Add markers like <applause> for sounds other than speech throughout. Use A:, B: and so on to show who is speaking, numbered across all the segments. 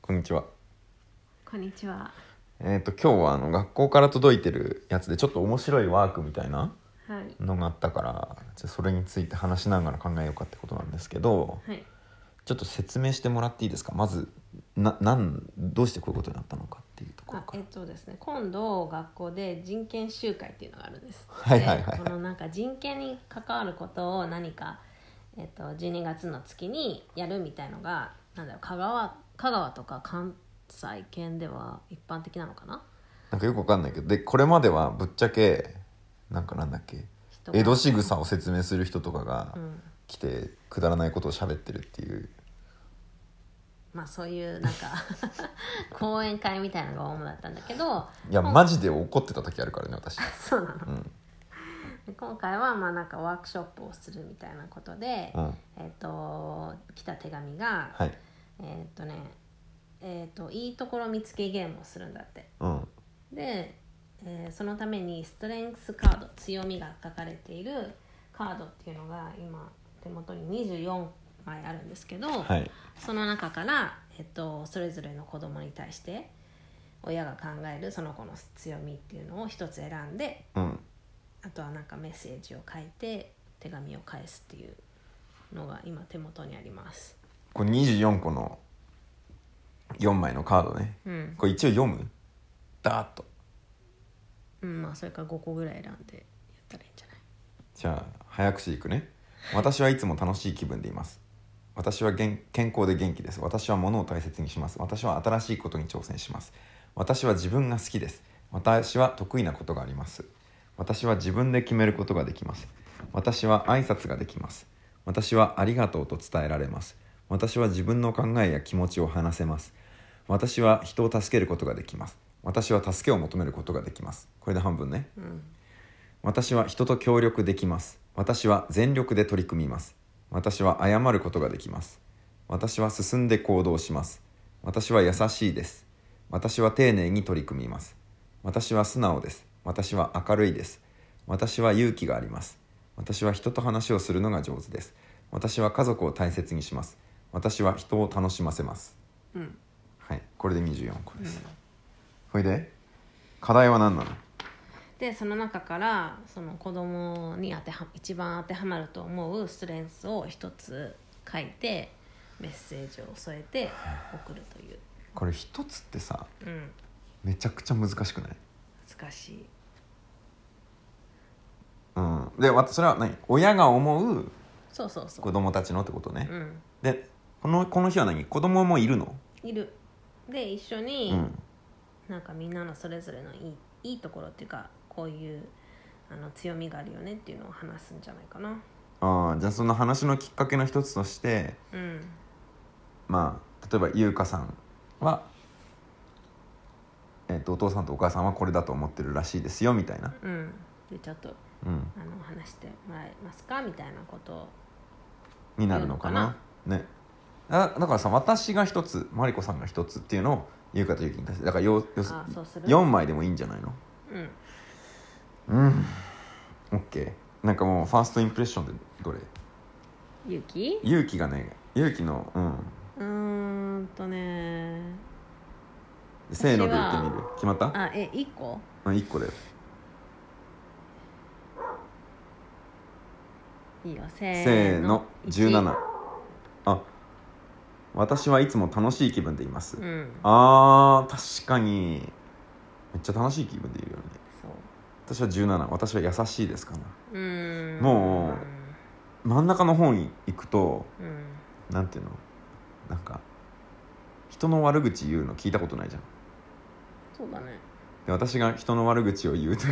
A: こんにちは。
B: こんにちは。
A: えっ、と今日はあの学校から届いてるやつでちょっと面白いワークみたいな
B: はい。
A: のがあったからじゃあそれについて話しながら考えようかってことなんですけど
B: はい。
A: ちょっと説明してもらっていいですかまずななんどうしてこういうことになったのかっていうところ
B: あ
A: か
B: えっ
A: ら。
B: とですね、今度学校で人権集会っていうのがあるんです。
A: はいはいはいはい
B: でこのなんか人権に関わることを何か、えっと、12月の月にやるみたいのがなんだろう香川香川とか関西圏では一般的なのかな
A: なんかよくわかんないけどでこれまではぶっちゃけなんかなんだっけ
B: 人が
A: 江戸仕草を説明する人とかが
B: うん
A: 来てくだらないことを喋ってるっていう。
B: まあそういうな
A: <laughs>
B: んか講演会みたいなのが主だったんだけど
A: いや
B: 今
A: マジで怒ってた時あるからね私。
B: そうなの
A: うん
B: で今回はまあなんかワークショップをするみたいなことで、
A: うん
B: えっ、と来た手紙が、
A: はい。
B: えっ、とねえっ、といいところ見つけゲームをするんだって
A: うん
B: で、えーそのためにストレングスカード強みが書かれているカードっていうのが今手元に24枚あるんですけど、
A: はい。
B: その中から、えっと、それぞれの子供に対して親が考えるその子の強みっていうのを一つ選んで
A: うん
B: あとはなんかメッセージを書いて手紙を返すっていうのが今手元にあります。
A: これ24個の4枚のカードね
B: うん、
A: これ一応読むダーッと
B: うん、まあそれから5個ぐらい選んでやったらいいんじゃない
A: じゃあ早口でいくね私はいつも楽しい気分でいます私は元健康で元気です私は物を大切にします私は新しいことに挑戦します私は自分が好きです私は得意なことがあります私は自分で決めることができます私は挨拶ができます私はありがとうと伝えられます私は自分の考えや気持ちを話せます私は人を助けることができます私は助けを求めることができますこれで半分ね私は人と協力できます私は全力で取り組みます私は謝ることができます私は進んで行動します私は優しいです私は丁寧に取り組みます私は素直です私は明るいです私は勇気があります私は人と話をするのが上手です私は家族を大切にします私は人を楽しませます
B: うん
A: はいこれで24個です、ほいで課題は何なの
B: でその中からその子供に当ては一番当てはまると思うストレンスを一つ書いてメッセージを添えて送るという、
A: これ一つってさ
B: うん、
A: めちゃくちゃ難しくない
B: 難しい
A: うんでわそれは何親が思う
B: そうそうそ
A: 子
B: う、
A: 供たちのってことね、
B: うん、
A: でこのこの日は何子供もいるの
B: いるで一緒
A: う
B: に、
A: ん
B: なんかみんなのそれぞれのいいいいところっていうかこういうあの強みがあるよねっていうのを話すんじゃないかな
A: あーじゃあその話のきっかけの一つとして
B: うん
A: まあ例えば優香さんは、えっとお父さんとお母さんはこれだと思ってるらしいですよみたいな
B: うんでちょっと
A: うん
B: あの話してもらえますかみたいなことを
A: になるのかなねだだからさ私が一つマリコさんが一つっていうのを優香と優樹に対してだからよよ
B: あそうする
A: 4枚でもいいんじゃないの
B: うん
A: うんオッケーなんかもうファーストインプレッションでどれ
B: ゆき
A: 勇気がね勇気のうん
B: うーんとね
A: せーので言ってみる決まった
B: あえ一1個
A: うん1個だよ
B: いいよせーの
A: せーの
B: 一
A: 17あ私はいつも楽しい気分でいます、
B: うん
A: あー確かにめっちゃ楽しい気分でいるよね
B: そう
A: 私は17私は優しいですかな
B: うーん
A: も真ん中の方に行くと
B: ううん
A: なんていうのなんか人の悪口言うの聞いたことないじゃん
B: そうだね
A: で私が人の悪口を言う時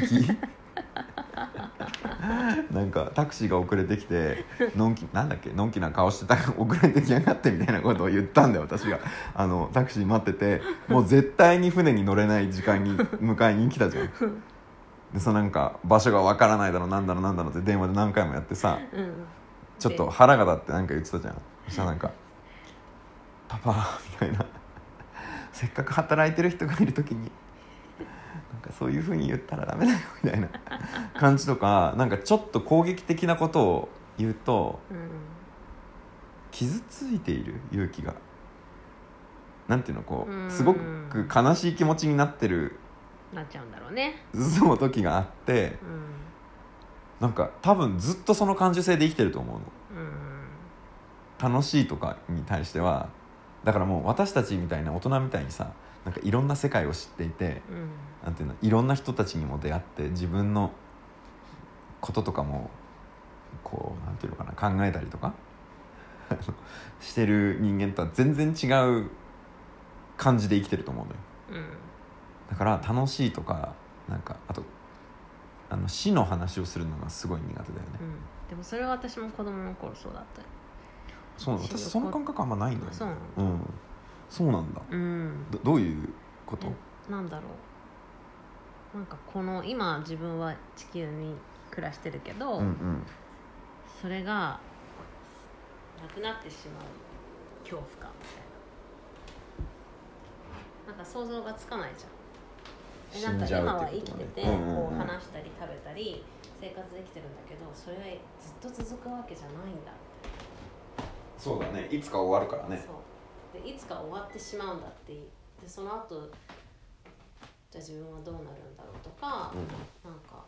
A: なんかタクシーが遅れてきてのんきなんだっけのんきな顔してた遅れてきやがってみたいなことを言ったんだよ私があのタクシー待っててもう絶対に船に乗れない時間に迎えに来たじゃんでそのなんか場所がわからないだろなんだろなんだろって電話で何回もやってさ
B: うん
A: ちょっと腹が立ってなんか言ってたじゃんそしたらなんか「パパ」みたいなせっかく働いてる人がいる時になんかそういうふうに言ったらダメだよみたいな感じとかなんかちょっと攻撃的なことを言うと
B: うん
A: 傷ついている勇気がなんていうのこ
B: うん
A: うすごく悲しい気持ちになってる
B: なっちゃうんだろうね
A: その時があって
B: うん
A: なんか多分ずっとその感受性で生きてると思うの
B: うん
A: 楽しいとかに対してはだからもう私たちみたいな大人みたいにさなんかいろんな世界を知っていて
B: うん
A: なんていうのいろんな人たちにも出会って自分のこととかもこうなんていうのかな考えたりとか <laughs> してる人間とは全然違う感じで生きてると思うのよ
B: うん
A: だから楽しいとかなんかあとあの死の話をするのがすごい苦手だよね、
B: うんでもそれは私も子供の頃そうだったよ
A: そうなの
B: 死の
A: 私その感覚あんまないんだよ、ね、
B: そうなの
A: うん、そうなんだ
B: うん
A: どどういうこと
B: えなんだろうなんかこの今自分は地球に暮らしてるけど、
A: うんうん
B: それがなくなってしまう恐怖感みたいななんか想像がつかないじゃんえなんか
A: 死んじゃ
B: 今
A: う
B: は
A: って
B: 生
A: いう
B: き
A: こと
B: て
A: ね
B: て、
A: うんうんうん
B: こう話したり食べたり生活できてるんだけどそれはずっと続くわけじゃないんだ
A: そうだねいつか終わるから
B: そうでいつか終わってしまうんだってでその後じゃあ自分はどうなるんだろうとか、なんかも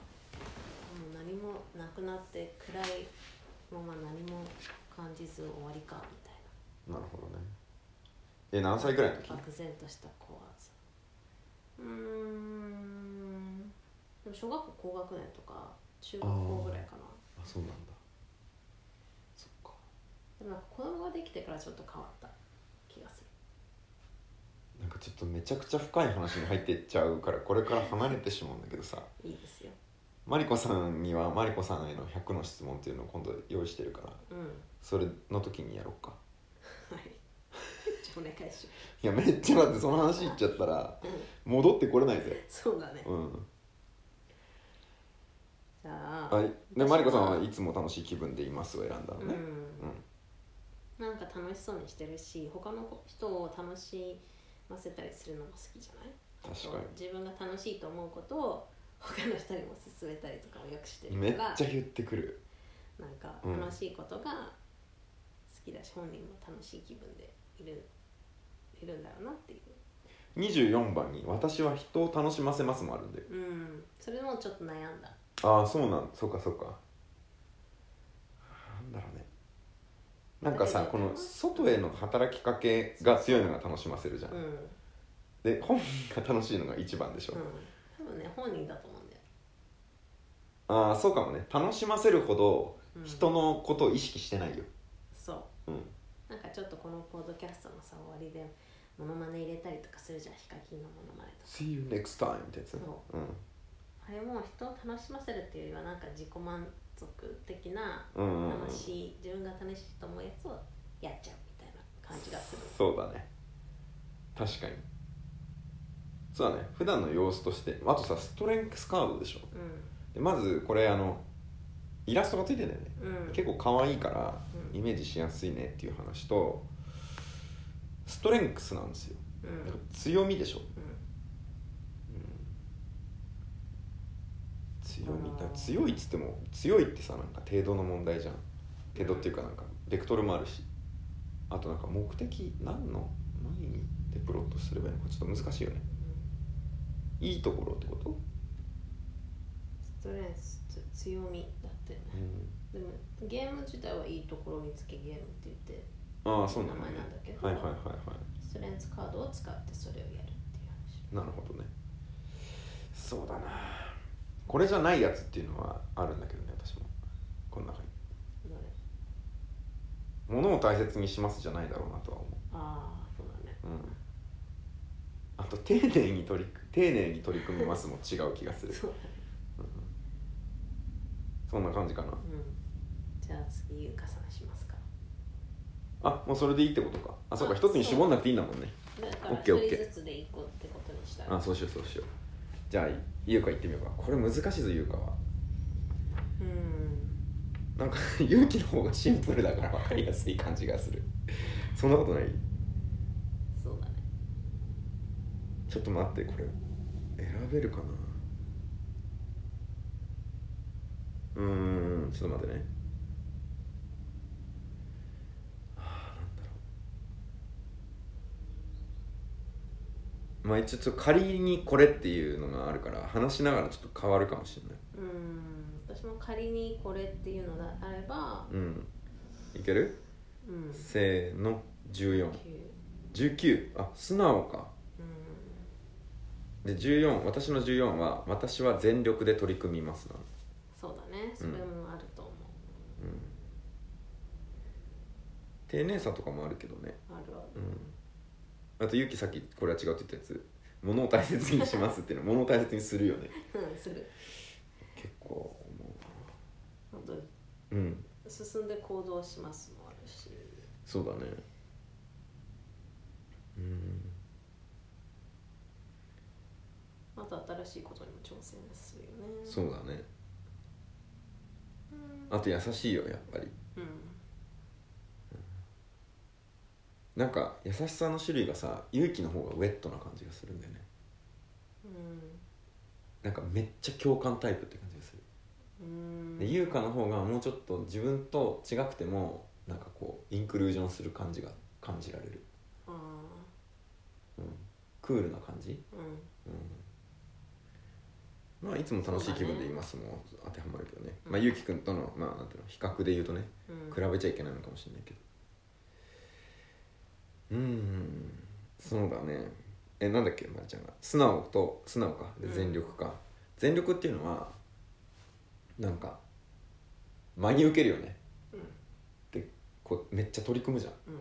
B: う何もなくなって暗いまま何も感じず終わりかみたい
A: うん、なるほどねえ何歳ぐらいの時
B: な漠然とした子はさうーんでも小学校高学年とか中学校ぐらいかな
A: あそうなんだそっか
B: でもなんか子供ができてからちょっと変わった気がする
A: なんかちょっとめちゃくちゃ深い話に入ってっちゃうからこれから離れてしまうんだけどさ
B: いいですよ
A: マリコさんにはマリコさんへの100の質問っていうのを今度用意してるから
B: うんはい <laughs>
A: それの時にやろうか
B: じゃあお願いしま
A: いやめっちゃだってその話言っちゃったら
B: す、うん、
A: 戻ってこれないぜ
B: そうだね
A: うん
B: じゃあ、
A: はいでマリコさんはいつも楽しい気分でいますを選んだの
B: う
A: ね
B: んなんか楽しそうにしてるし他の人を楽しませたりするのも好きじゃない
A: うん、確
B: そう
A: か
B: 自分が楽しいと思うことを他の人にも勧めたりとかもよくして
A: にめ
B: る
A: っ
B: から
A: ちゃ言ってくる
B: なんか
A: うん
B: 楽しいことが好きだし、本人も楽しい気分でいるいるんだろうなっていう
A: 24番に「私は人を楽しませます」もあるんだよ
B: うんそれもちょっと悩んだ
A: ああそうなんそうかそうかなんだろうねなんかさこの外への働きかけが強いのが楽しませるじゃん、
B: うん、うん、
A: で本人が楽しいのが一番でしょ、
B: 多分ね本人だと思うんだよ、
A: ああそうかもね楽しませるほど
B: うん、
A: 人のことを意識してないよ
B: そう
A: うん
B: なんかちょっとこのポッドキャストのさ終わりでモノマネ入れたりとかするじゃんヒカキンのモノマネ
A: 「
B: とか
A: See you next time」ってやつね
B: そ
A: うん
B: あれも人を楽しませるっていうよりはなんか自己満足的な
A: うんうんうん
B: 楽しい自分が楽しいと思うやつをやっちゃうみたいな感じがする
A: そうだね確かにそうだね普段の様子としてあとさストレングスカードでしょ
B: う
A: でまずこれあのイラストがついてんだよね
B: んうん
A: 結構可愛いから
B: うん
A: イメージしやすいねっていう話とストレングスなんですよ
B: うんうん
A: なんか強みでしょ、強みだ
B: あー
A: 強いっつっても強いってさなんか程度の問題じゃん程度っていうかなんかベクトルもあるしあとなんか目的何の何でプロットすればいいのかちょっと難しいよねいいところってこと、
B: ストレンス強みだってでもゲーム自体はいいところ見つけゲームって言って
A: ああそうなの
B: 名
A: ね
B: 前なんだけど
A: はいはいはいはい
B: ストレンスカードを使ってそれをやるっていう話
A: なるほどねそうだなこれじゃないやつっていうのはあるんだけどね私もこの中に
B: どれ
A: 物を大切にしますじゃないだろうなとは思
B: ああそうだね
A: ううんあと丁寧に取り丁寧に取り組みますも違う気がする
B: そうだね
A: そんな感じかな
B: うんじゃあ次ゆうかさんしますか
A: あもうそれでいいってことかあそうか
B: あ
A: 一つに絞んなくていいんだもんね
B: だから一
A: OK
B: 人
A: OK
B: ずつで一個ってことにしたら
A: あそうしようそうしようじゃあ優香行ってみようかこれ難しいぞ優香は
B: うん
A: なんか <laughs> 勇気の方がシンプルだから分かりやすい感じがするそんなことない
B: そうだね
A: ちょっと待ってこれ選べるかなうーんちょっと待ってねあーなんだろうまあ一応ちょっと仮にこれっていうのがあるから話しながらちょっと変わるかもしれない
B: うん私も仮にこれっていうのであれば
A: うんいける
B: うん
A: せーの1419
B: 9
A: あ素直か
B: う
A: で
B: ん
A: 14私の14は「私は全力で取り組みますなの」
B: そうだねそれもあると思
A: うん丁寧さとかもあるけどね
B: う、あるある
A: うんあとゆきさっきこれは違うって言ったやつ「物を大切にします」っていうのは物を大切にするよね
B: うん <laughs> する
A: 結構思
B: あと
A: うなうん
B: 進んで行動しますもあるし
A: そうだねうん
B: あと新しいことにも挑戦するよね
A: そうだね
B: うん
A: あと優しいよやっぱり
B: うん
A: なんか優しさの種類がさ勇気の方がウェットな感じがするんだよねなんかめっちゃ共感タイプって感じがする
B: うん
A: で優香の方がもうちょっと自分と違くてもなんかこうインクルージョンする感じが感じられる、
B: あ
A: うん、クールな感じ、
B: ーうん
A: うん、まあいつも楽しい気分でいますもん、当てはまるけどね、まあゆうきくんとのまあなんていうの比較で言うとね
B: うん
A: 比べちゃいけないのかもしれないけどうんそうだねえなんだっけまりちゃんが素直と素直かで
B: うん
A: 全力か、全力っていうのはなんか真に受けるよね
B: うん
A: でこうめっちゃ取り組むじゃん
B: うん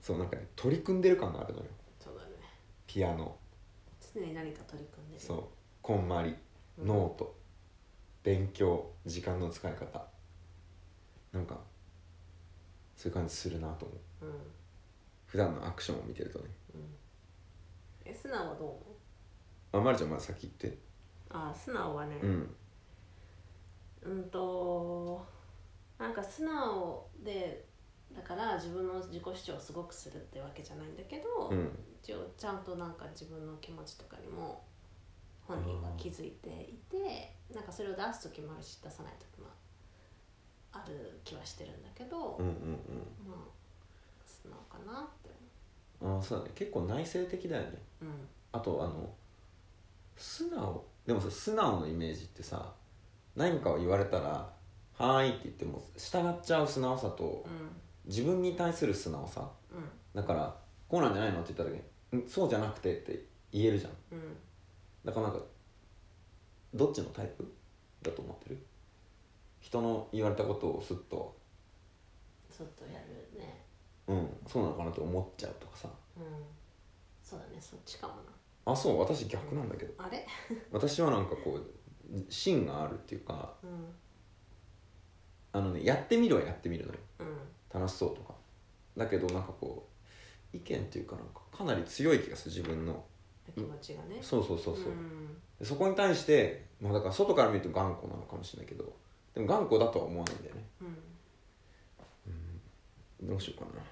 A: そうなんかね取り組んでる感があるのよ
B: そうだね
A: ピアノ
B: 常に何か取り組んでる
A: そうこんまり
B: うん
A: ノート勉強時間の使い方なんかそういう感じするなと思う
B: うんうん
A: 普段のアクションを見てるとね
B: え素直はどう思う
A: あまるちゃんまだ先言って
B: あー素直はね
A: うん
B: うんとなんか素直でだから自分の自己主張をすごくするってわけじゃないんだけど、
A: うん
B: 一応ちゃんとなんか自分の気持ちとかにも本人が気づいていてなんかそれを出す時もあるし出さない時もある気はしてるんだけど、
A: うん
B: まあ素直かなって
A: うんうんあそうだね結構内省的だよね
B: 思う、うん、
A: あとあの素直でもさ素直のイメージってさ何かを言われたら「はーい」って言っても従っちゃう素直さと
B: う
A: 自分に対する素直さ
B: ん
A: だから「こうなんじゃないの?」って言った時にうん「そうじゃなくて」って言えるじゃん
B: うんうん
A: だからなんかどっちのタイプだと思ってる人の言われたことをすっと
B: ちょっとやるね
A: 「うんそうなのかな」って思っちゃうとかさ
B: うんそうだねそっちかも
A: あそう私逆なんだけど
B: なあれ
A: 私はなんかこう芯があるっていうか
B: うん
A: あのねやってみるはやってみるのよ
B: うん
A: 楽しそうとかだけどなんかこう意見っていうかなんかかなり強い気がする自分の
B: 気持ちがね、
A: そうそうそうそう、
B: ん
A: でそこに対して、まあ、だから外から見ると頑固なのかもしれないけどでも頑固だとは思わないんだよね
B: うん
A: どうしようかな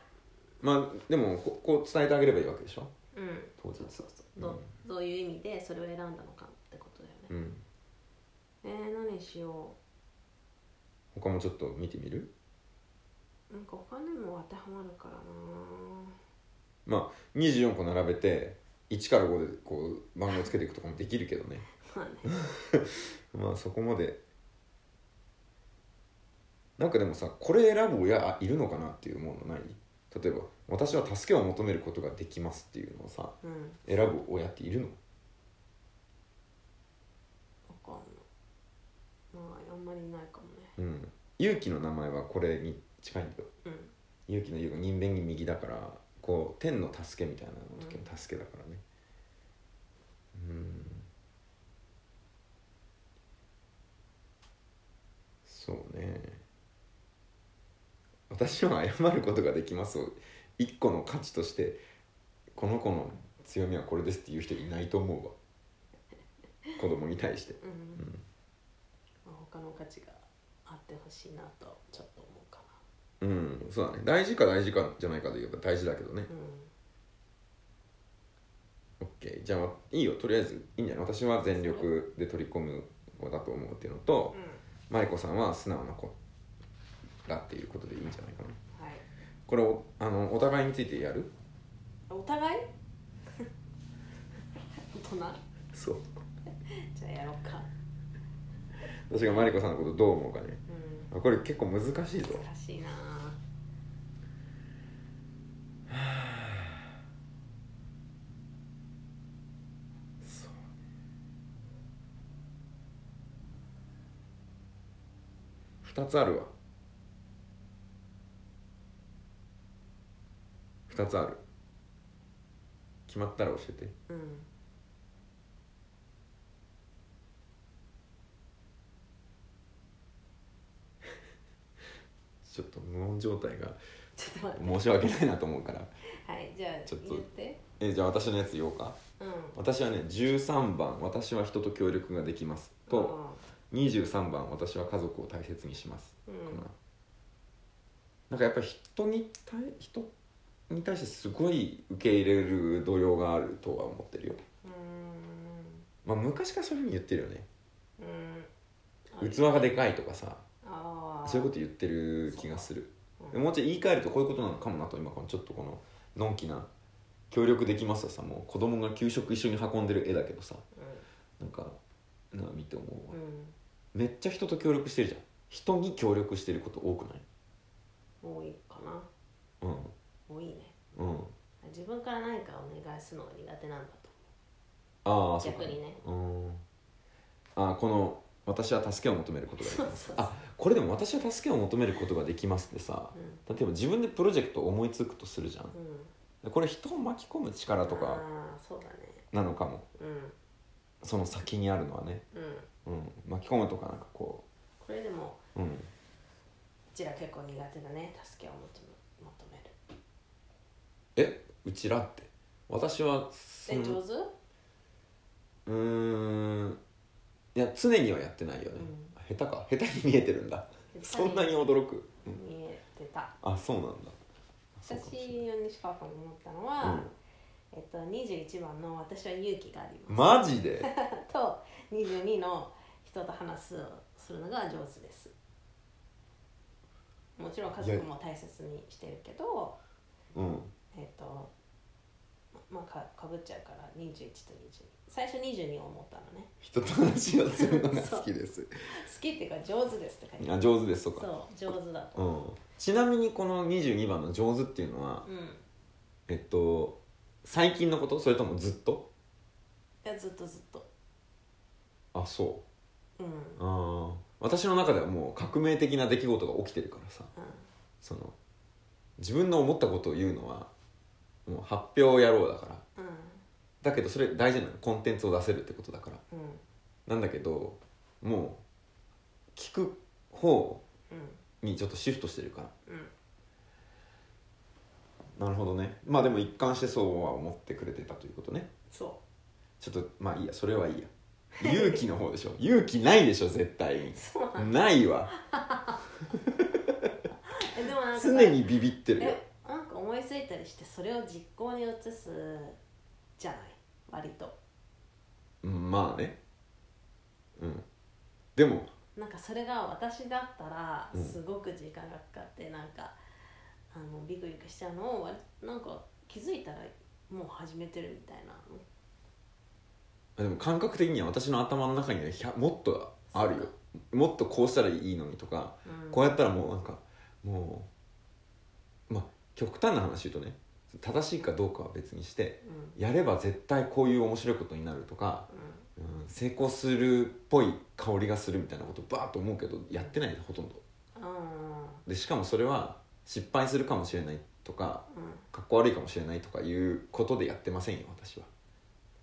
A: まあでもここう伝えてあげればいいわけでしょ
B: うん
A: 当日
B: そうそうそうど,、うどういう意味でそれを選んだのかってことだよね、
A: うん
B: えー、何しよ
A: 他もちょっと見てみる
B: うなんか他にも当てはまるからな <laughs>
A: まあ24個並べて1から5でこう番号つけていくとかもできるけどね
B: まあね
A: まあそこまでなんかでもさこれ選ぶ親いるのかなっていうものない例えば「私は助けを求めることができます」っていうのをさ
B: うん
A: 選ぶ親っているの
B: 分かんないまああんまりいないかもね
A: うん勇気の名前はこれに近いんだよ
B: うん
A: 勇気の勇が人弁に右だからこう天の助けみたいなの時の助けだからねうんそうね私は謝ることができますを一個の価値としてこの子の強みはこれですっていう人いないと思うわ子供に対して
B: うん、
A: うん
B: まあ、他の価値があってほしいなとちょっと思うか
A: うんそうだね大事か大事かじゃないかで言えば大事だけどね
B: なうん
A: オッケーじゃあいいよとりあえずいいんじゃない私は全力で取り込む子だと思うっていうのと
B: う
A: マリコさんは素直な子だっていうことでいいんじゃないかなん
B: はい <laughs>
A: これをあのお互いについてやる
B: お互いそんな
A: そう
B: じゃあやろうか
A: 私がマリコさんのことどう思うかね
B: うん
A: あこれ結構難しいぞ
B: 難しいな
A: そう2つあるわ2つある決まったら教えて
B: うん
A: ちょっと無音状態が
B: ちょっと待って
A: 申し訳ないなと思うから
B: はいじゃあ
A: ちょっと
B: 言って
A: えじゃあ私のやつ言おうか
B: うん
A: 私はね13番「私は人と協力ができます」と23番「私は家族を大切にします」
B: う
A: か
B: ん
A: な、なんかやっぱ人に対人に対してすごい受け入れる度量があるとは思ってるよ
B: うん
A: まあ昔からそういうふうに言ってるよね
B: うん
A: 器がでかいとかさ
B: あー
A: そういうこと言ってる気がする
B: うん
A: もうちょい言い換えるとこういうことなのかもなと今このちょっとこののんきな「協力できます」はさもう子供が給食一緒に運んでる絵だけどさなんかな見て思う
B: う
A: わ
B: んうん
A: めっちゃ人と協力してるじゃん人に協力してること多くない
B: 多いかな
A: う
B: 多いね
A: んうん
B: 自分から何かお願いするのが苦手なんだと
A: ああそうか
B: 逆にね
A: うんあーこの「私は助けを求めることができ
B: そう
A: ます」
B: そうそう
A: あこれでも「私は助けを求めることができます」ってさ
B: うん
A: 例えば自分でプロジェクトを思いつくとするじゃん
B: うん
A: これ人を巻き込む力とか
B: あーそうだね
A: なのかも
B: うん
A: その先にあるのはね、
B: うん
A: うん、巻き込むとかなんかこ
B: これでも
A: う、うん、
B: うちら結構苦手だね助けを求め求める
A: えうちらって私はそ
B: え上
A: の
B: 手
A: うーんいや常にはやってないよね、下手か下手に見えてるんだそんなに驚く、うん
B: 見えてた
A: あそうなんだそうかもしれない
B: 私の西川さんが思ったのは、
A: うん
B: えっと、21番の「私は勇気があります」
A: マジで <laughs>
B: と22の「人と話す」をするのが上手ですもちろん家族も大切にしてるけど
A: うん
B: えっとままあかかぶっちゃうから21と22最初22を思ったのね
A: 人と話をする <laughs> のが好きです
B: 好きっていうか上手ですって書いてあ
A: あ
B: る
A: 上手ですとか
B: そう上手だと
A: うん、ちなみにこの22番の「上手」っていうのは
B: うんい
A: えっと最近のことそれともずっと
B: やずっとずっと
A: あそ
B: うんうん
A: うあー私の中ではもう革命的な出来事が起きてるからさその自分の思ったことを言うのはもう発表やろうだから
B: うん
A: だけどそれ大事なのコンテンツを出せるってことだから
B: うん
A: なんだけどもう聞く方
B: うん
A: にちょっとシフトしてるから
B: うん
A: なるほどねまあでも一貫してそうは思ってくれてたということね
B: そ
A: ちょっとまあいいやそれはいいや勇気の方でし
B: <laughs>
A: ょ勇気ないでしょ絶対に
B: うそうなん
A: ないわ
B: えでもなんかさ
A: 常にビビってるよ
B: えなんか思いついたりしてそれを実行に移すじゃない割と
A: うんまあねうんでも
B: なんかそれが私だったら
A: うん
B: すごく時間がかかってなんか、あのビクビクしちゃうのを割なんか気づいたらもう始めてるみたいな
A: でも感覚的には私の頭の中にはひゃもっとあるよもっとこうしたらいいのにとか、
B: うん
A: こうやったらもうなんかもうまあ極端な話言うとね正しいかどうかは別にして
B: うん
A: やれば絶対こういう面白いことになるとか
B: う
A: うん成功するっぽい香りがするみたいなことバーッと思うけどやってないほとんど
B: んうん
A: でしかもそれは失敗するかもしれないとか
B: うん
A: かっこ悪いかもしれないとかいうことでやってませんよ私は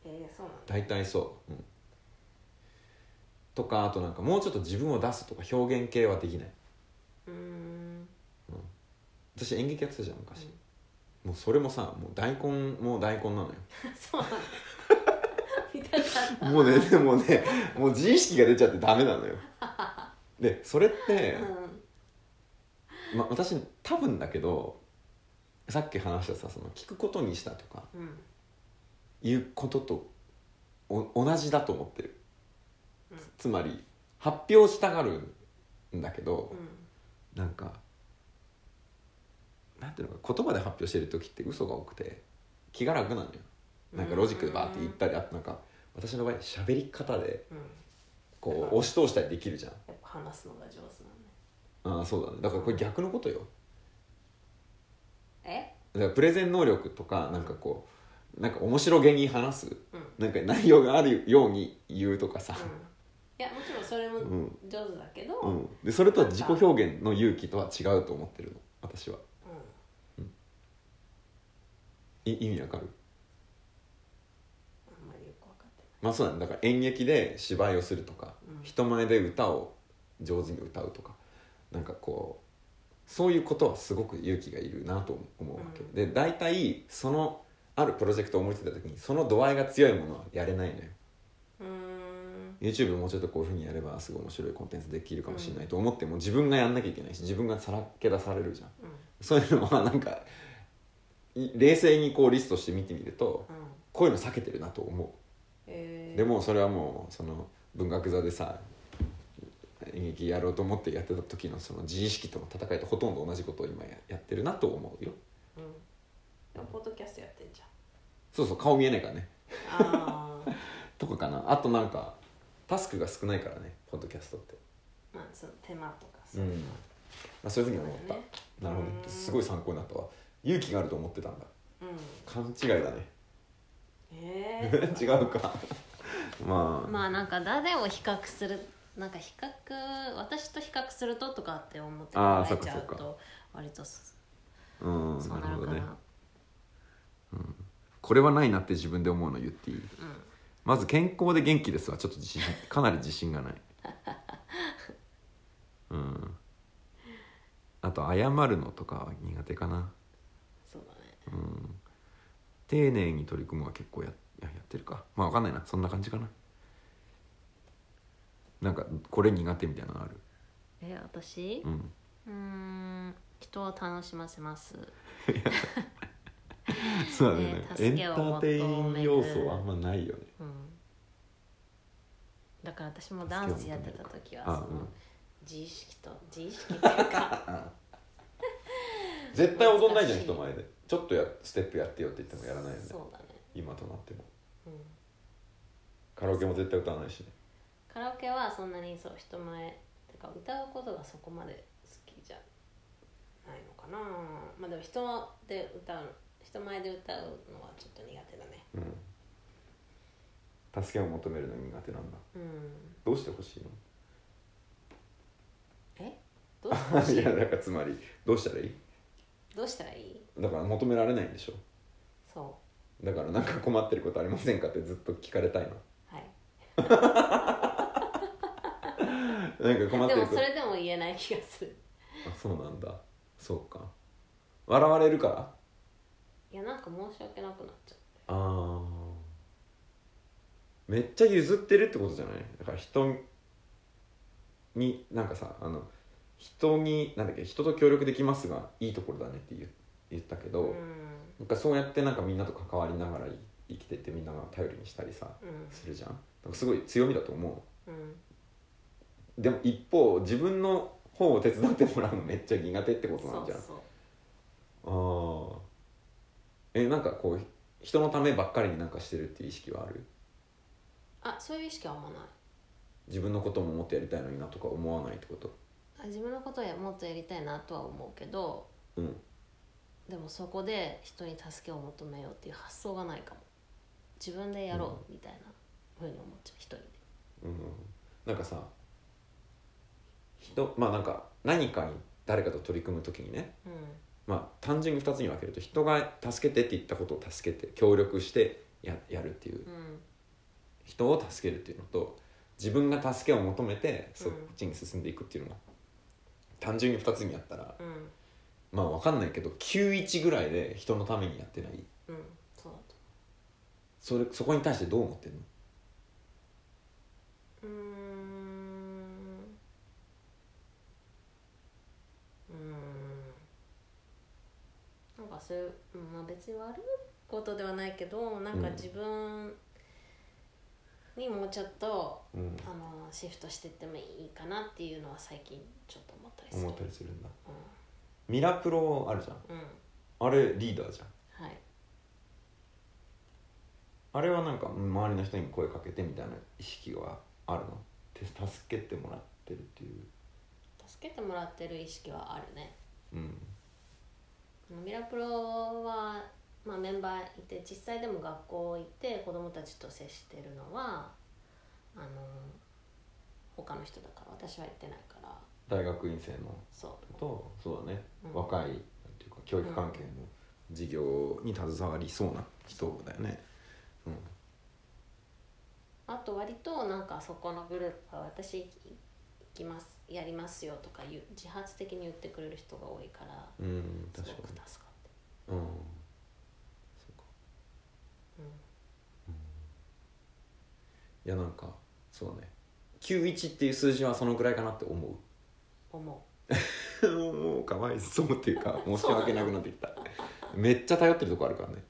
B: えー、そうなんだ
A: 大体そう、うん、とかあとなんかもうちょっと自分を出すとか表現系はできないう
B: ーん
A: 私演劇やってたじゃん昔、もうそれもさもう大根も大根なのよ
B: そうなんだ見たかった
A: もうねでもねもう自意識が出ちゃってダメなのよでそれって、
B: うん
A: ま、私多分だけどさっき話したさその聞くことにしたとか
B: うん
A: いうこととお同じだと思ってる、
B: うん
A: つまり発表したがるんだけど
B: う、ん
A: なんかなんていうのか言葉で発表してる時って嘘が多くて気が楽なのよなんかロジックでバーって言ったりあとなんか私の場合喋り方で
B: うん、
A: こう押し通したりできるじゃん
B: やっぱ話すのが上手なんね
A: ああそうだねだからこれ逆のことよ
B: え
A: だからプレゼン能力とかなんかこうなんか面白げに話す
B: うんうん
A: なんか内容があるように言うとかさ、
B: いやもちろんそれも
A: ん
B: 上手だけど、
A: うんでそれとは自己表現の勇気とは違うと思ってるの私は
B: う
A: い意味わかる
B: んあんまりよく分かって
A: まあそうだねだから演劇で芝居をするとか、
B: うん
A: 人前で歌を上手に歌うとかなんかこうそういうことはすごく勇気がいるなと思うわけ、
B: うん
A: で大体そのあるプロジェクトを思いついた時にその度合いが強いものはやれないのよ
B: ないうーん
A: YouTube もうちょっとこういうふうにやればすごい面白いコンテンツできるかもしれないと思っても自分がやんなきゃいけないし自分がさらけ出されるじゃん
B: うん
A: そういうのはなんかい冷静にこうリストして見てみると
B: うん
A: こういうの避けてるなと思う
B: えー、
A: でもそれはもうその文学座でさ演劇やろうと思ってやってた時のその自意識との戦いとほとんど同じことを今ややってるなと思うよ
B: うんでもポッドキャストやってんじゃん
A: そうそう顔見えないからね
B: ああ
A: とかかなあとなんかタスクが少ないからねポッドキャストって
B: まあその手間とかさ、
A: うん、まあ、そういうふうに
B: そう
A: 思った、
B: だよね
A: なるほ
B: うん
A: どすごい参考になったわ勇気があると思ってたんだ
B: うん
A: 勘違いだね <laughs>
B: えー、
A: 違うかまあ、
B: まあなんか誰を比較するなんか比較私と比較するととかって思って
A: あ
B: 考
A: ー
B: えちゃ
A: そっ
B: う
A: かそっ
B: と割とそ
A: うん
B: そう
A: なる
B: な
A: ほ
B: る
A: ど
B: か
A: ね
B: な
A: これはないなって自分で思うの言っていい
B: うん
A: まず健康で元気ですはちょっと自信かなり自信が
B: <laughs>
A: ないうんあと謝るのとかは苦手かな
B: そうだ
A: う
B: ね
A: ん丁寧に取り組むは結構やややってるかまあわかんないなそんな感じかななんかこれ苦手みたいなのある
B: え私
A: うん
B: うーん人を楽しませます
A: そうだね
B: ね
A: エ
B: 助
A: ンタ
B: けを
A: ー
B: 求
A: テ
B: める
A: イン要素はあんまないよね
B: うんだから私もダンスやってた時はそ
A: あ
B: の
A: うん
B: 自意識と自意
A: <laughs>
B: 識っていうか
A: 絶対踊んないじゃん
B: 難しい
A: 人前でちょっとやステップやってよって言ってもやらないよね
B: そうだね、
A: 今となっても
B: うん、
A: カラオケも絶対歌わないしね
B: カラオケはそんなにそう人前てか歌うことがそこまで好きじゃないのかなまあでも人で歌う人前で歌うのはちょっと苦手だね
A: うん助けを求めるの苦手なんだ
B: うん
A: どうしてほしいの <laughs>
B: えどうしたらい
A: い
B: い
A: やだからつまりどうしたらいい
B: どうしたらいい
A: だから求められないんでしょ
B: そ
A: だからなんか困ってることありませんかってずっと聞かれたいの
B: うはい
A: なんか困ってる
B: でも
A: こと
B: そ
A: あ
B: れでも言えない気がする
A: そうなんだそうか笑われるからあ
B: いやなんか申し訳なくなっちゃって
A: あめっちゃ譲ってるってことじゃないだから人になんかさあの人になんだっけ人と協力できますがいいところだねって言う言ったけど、
B: うん
A: なんかそうやってなんかみんなと関わりながら生きてってみんなが頼りにしたりさ
B: うん
A: するじゃんなんかすごい強みだと思
B: うん
A: うでも一方自分の方を手伝ってもらうのめっちゃ苦手ってこと
B: そ
A: なん
B: う
A: じゃんあ
B: そう
A: あえなんかこう人のためばっかりになんかしてるっていう意識はある
B: あそういう意識はあんまない
A: 自分のことももっとやりたいのになとか思わないってこと
B: あ自分のことをやもっとやりたいなとは思うけど
A: うん
B: でもそこで人に助けを求めようっていう発想がないかも自分でやろうみたいなふうに思っちゃう一人で
A: うんなんかさ人まあなんか何かに誰かと取り組む時にね
B: うん
A: まあ、単純に2つに分けると人が「助けて」って言ったことを助けて協力してややるっていう
B: うん
A: 人を助けるっていうのと自分が助けを求めてそっ
B: うん
A: ちに進んでいくっていうのが、単純に2つにやったら
B: うん
A: まあ分かんないけど91ぐらいで人のためにやってない
B: うんそうだと
A: それそこに対してどう思ってんの
B: うーんうーんなんかそういう、うんまあ、別に悪いことではないけどなんか
A: うん
B: 自分にもうちょっと、
A: うん
B: あのシフトしてってもいいかなっていうのは最近ちょっと思ったりする
A: 思ったりするんだミラプロあるじゃん
B: うん、うん、
A: あれリーダーじゃん
B: はい
A: あれはなんかうん周りの人に声かけてみたいな意識はあるのて助けてもらってるっていう
B: 助けてもらってる意識はあるね
A: うん
B: あのミラプロは、まあ、メンバーいて実際でも学校行って子どもたちと接してるのはあの他の人だから私は行ってないから
A: 大学院生の
B: そう
A: とそうだね、
B: うん
A: 若いなんていうか教育関係の事業に携わりそうな人だよねうん
B: あと割となんかそこのグループは私行きますやりますよとか言う自発的に言ってくれる人が多いから
A: うん
B: す
A: 確
B: ご
A: か
B: く助
A: に
B: かって
A: うんそうか
B: る、
A: いやなんかそうだね91っていう数字はそのぐらいかなって思う
B: うん、思
A: もうかわい <laughs> そうっていうか申し訳なくなってきためっちゃ頼ってるとこあるからね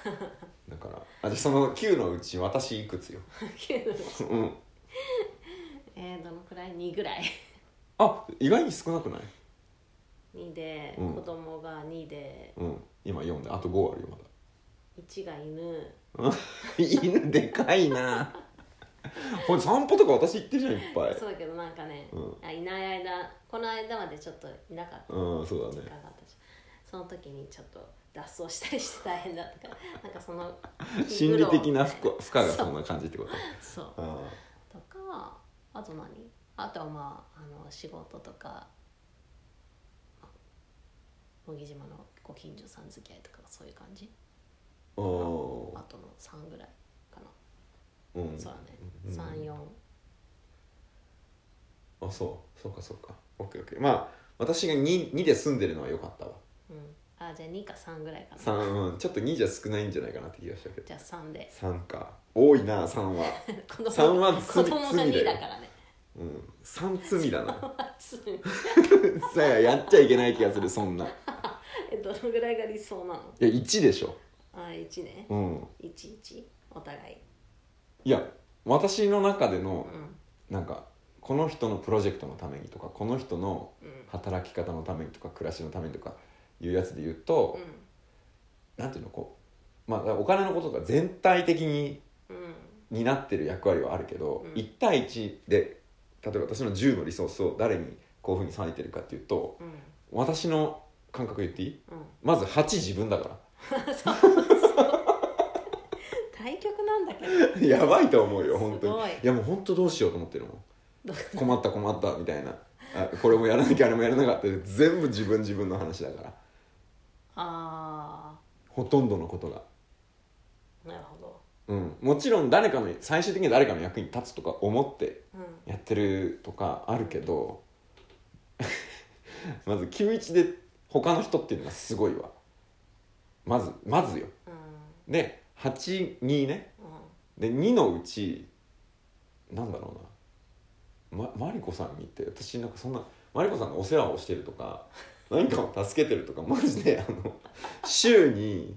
A: <laughs> だからあじゃあその9のうち私いくつよ、
B: う <laughs> けど
A: うん、
B: えー、どのくらい2ぐらい
A: あ意外に少なくない、
B: 2で、
A: うん
B: 子供が2で
A: うん、今4であと5あるよまだ
B: 1が犬
A: 犬でかい <laughs> なこれ散歩とか私行ってるじゃんいっぱい
B: そうだけどなんかね、
A: うん
B: あいない間この間までちょっといなかった
A: うんそうだ
B: 時
A: ね
B: 間があったしその時にちょっと脱走したりして大変だったから <laughs> なんかその
A: <laughs> 心理的な
B: 気
A: 負
B: 苦労
A: 荷負荷が <laughs> そんな感じってこと
B: そう
A: あ
B: とかあと何あとはまああの仕事とか茂木島のご近所さん付き合いとかそういう感じ
A: あー
B: あとの3ぐらいかな、
A: うん
B: そうだね
A: うん
B: 34
A: あそうそうかそうかオッケーオッケーまあ私が 2, 2で住んでるのは良かったわ
B: うんあじゃあ2か3ぐらいかな
A: 3、うん、ちょっと2じゃ少ないんじゃないかなって気がしたけど
B: じゃあ3で <laughs>
A: 3か多いな3は
B: 子供
A: 3は罪
B: 子供が
A: 罪だよ
B: 2だからね <laughs>
A: うん3罪だな
B: 罪
A: さあやっちゃいけない気がするそんない
B: えどのぐらいが理想なの
A: や1でしょ
B: あ1ね
A: うん
B: 11お互い
A: いや私の中で
B: う
A: の
B: ん
A: なんかこの人のプロジェクトのためにとかこの人の
B: うん
A: 働き方のためにとか暮らしのためにとかいうやつで言うと
B: うん、
A: なんていうのこうまあお金のことが全体的に
B: うん
A: 担ってる役割はあるけど、
B: うん
A: 1対1で例えば私の10のリソースを誰にこういうふうに割いてるかっていうと
B: うん
A: 私の感覚言っていい
B: うん <laughs>
A: まず8自分だか
B: 対局なんだけど
A: ら <laughs> やばいと思うよ本当に
B: すごい
A: いやもう本当どうしようと思ってる
B: <laughs>
A: もん
B: どう
A: 困った困ったみたいなあこれもやらなきゃあれもやらなかったで全部自分自分の話だから
B: あ
A: ほとんどのことが、
B: あなるほど
A: うん、もちろん誰かの最終的には誰かの役に立つとか思って
B: うん
A: やってるとかあるけど <laughs> まず91で他の人っていうのがすごいわまずまずよ
B: う
A: で82ね
B: んうん
A: で2のうちなんだろうな、ま、マリコさんにって私なんかそんなマリコさんがお世話をしてると
B: <laughs>
A: か何かを助けてるとかマジであの週に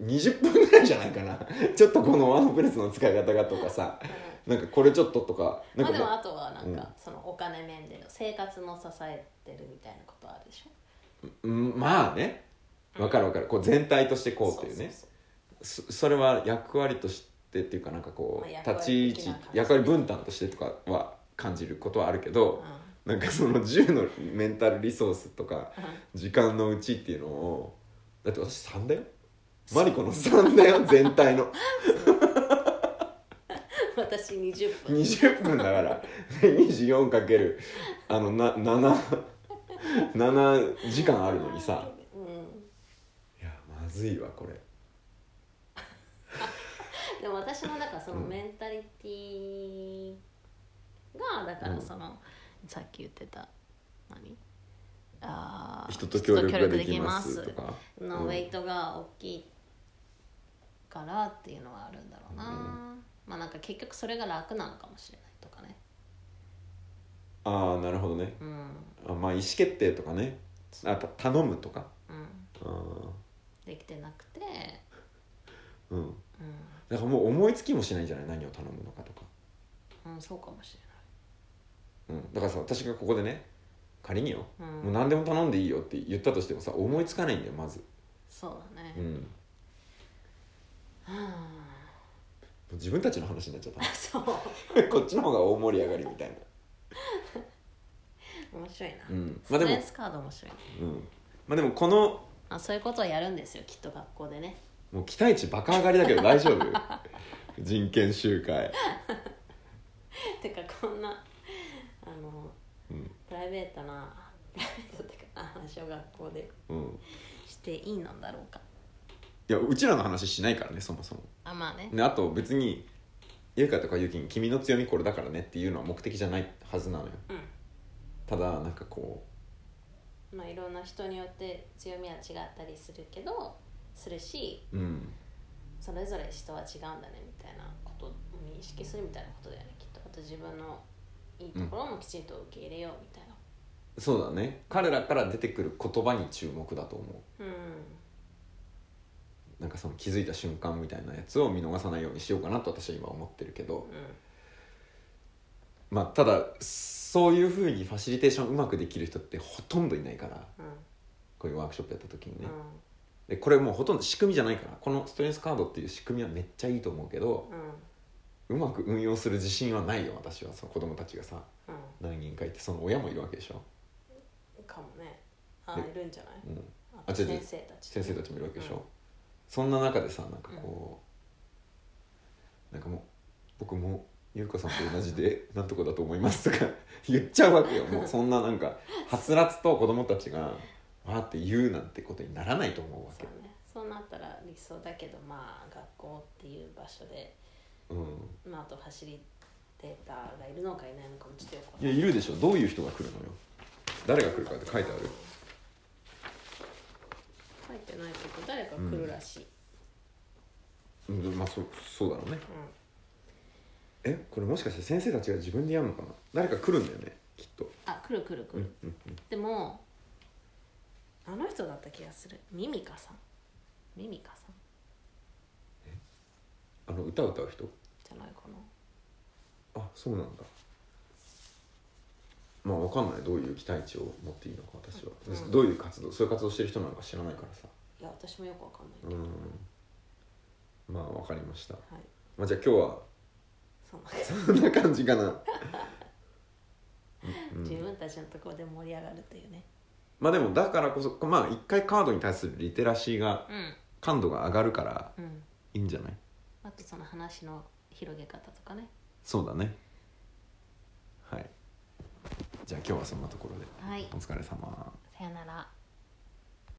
A: 20分ぐらいじゃないかなちょっとこのワードプレスの使い方がとかさなんかこれちょっととかなん
B: まあ
A: か
B: でもあとはなんか、
A: うん
B: そのお金面での生活の支えてるみたいなことあるでしょ
A: うんまあねわかるわかるこう全体としてこうっていうね
B: そそ
A: そそれは役割としてっていうかなんかこ
B: まあ
A: う
B: 役
A: 立ち位
B: 割
A: 置
B: 的な感じ
A: 役割分担としてとかは感じることはあるけ
B: そう
A: ど
B: うん
A: なんかその10のメンタルリソースとか
B: うん <laughs>
A: 時間のうちっていうのをだって私3だよマリコの3だよ全体の
B: 私20分
A: 20分だから24かけるあのな7 7時間あるのにさ
B: うん、
A: いやまずいわこれ
B: でも私のだからその
A: うん
B: メンタリティがだか
A: う
B: ら
A: ん
B: その、さっき言ってた何あー
A: 人と協力ができま
B: 人
A: す
B: と協
A: と
B: 力できま
A: か
B: すの
A: うん
B: ウェイトが大きいからっていうのはあるんだろうな、まあなんか結局それが楽なのかもしれないとかね
A: ああなるほどね
B: うん
A: あまあ意思決定とかねあた頼むとか
B: うん
A: あー
B: できてなくて
A: うん
B: う
A: だからもう思いつきもしないんじゃない何を頼むのかとか
B: ん、うん、そうかもし
A: うん、だからさ私がここでね仮によ、
B: れない、う、
A: もうん何でも頼んでいいよって言ったとしてもさ思いつかないんだよまず、
B: そうだね
A: うん、
B: はあ
A: 自分た <laughs> ちの話になっちゃっ
B: そう
A: たこっちの方が大盛り上がりみたいな
B: 面白いな、
A: うんまあ
B: まあ、
A: でも
B: でもストレスカード面白いね
A: うんまあでもこの
B: あそういうことをやるんですよきっと学校でね <laughs>
A: もう期待値バカ上がりだけど大丈夫 <laughs> 人権集会
B: てかこんなあの
A: うん
B: プライベートなプライベートってかあ話を学校で
A: うん
B: していいのだろうか
A: いやうちらの話しないからねそもそも
B: あまあね
A: であと別に優香とかゆきに君の強みこれだからねっていうのは目的じゃないはずなのよ
B: う
A: ただなんかこ
B: んまあいろんな人によって強みは違ったりするけどするし
A: ううん
B: それぞれ人は違うんだねみたいなことを認識するみたいなことだよねきっとあと自分のいいところもきちんと受け入れようみたいな
A: そうだね彼らから出てくる言葉に注目だと思
B: うん
A: うなんかその気づいた瞬間みたいなやつを見逃さないようにしようかなと私は今思ってるけど
B: う
A: まあただそういうふうにファシリテーションうまくできる人ってほとんどいないから
B: んうん
A: こういうワークショップやった時に
B: う
A: ね、
B: ん
A: でこれもうほとんど仕組みじゃないからこのストレスカードっていう仕組みはめっちゃいいと思うけど
B: うん
A: うまく運用する自信はないよ私はその子供たちがさ
B: う
A: 何人かいてその親もいるわけでしょ、
B: んかもねあ
A: で
B: いるんじゃない
A: うん、
B: あ
A: あ
B: と
A: 違う違
B: 先
A: う
B: 生たち
A: 先生たちもいるわけでしょ、
B: うん
A: そんな中でさなんかこう、なんかもう僕も優子さんと同じで <laughs> なんとかだと思いますとか <laughs> 言っちゃうわけよもうそんななんかはつらつと子供たちがわーって言うなんてことにならないと思うわ
B: そ
A: け、
B: うねそうなったら理想だけどまあ学校っていう場所で、
A: うん、
B: まあ、あとファシリテーターがいるのかいないのかもちょっとよくわかん
A: い
B: ない
A: やいるでしょどういう人が来るのよ誰が来るかって書いてある
B: 書いてないけど誰か来るらし
A: う
B: い、
A: んまあそうそうだろうね
B: うん
A: えこれもしかして先生たちが自分でやるのかな誰か来るんだよねきっと
B: あ来る来る来
A: う
B: る、
A: んうんうん
B: でもあの人だった気がするミミカさんミミカさん
A: あの歌を歌う人
B: じゃないかな
A: あそうなんだまあわかんないどういう期待値を持っていいのか私は、
B: うん
A: どういう活動そういう活動してる人なのか知らないからさ
B: いや私もよくわかんないけ
A: う
B: ど、
A: んまあわかりました、
B: はい
A: まあ、じゃあ今日は <laughs>
B: その
A: そんな感じかなうん
B: 自分たちのところで盛り上がるというね
A: まあでもだからこそまあ一回カードに対するリテラシーが
B: うん
A: 感度が上がるから
B: うん
A: いいんじゃない
B: あとその話の広げ方とかね
A: そうだねはいじゃあ今日はそんなところで
B: はい
A: お疲れ様
B: さよなら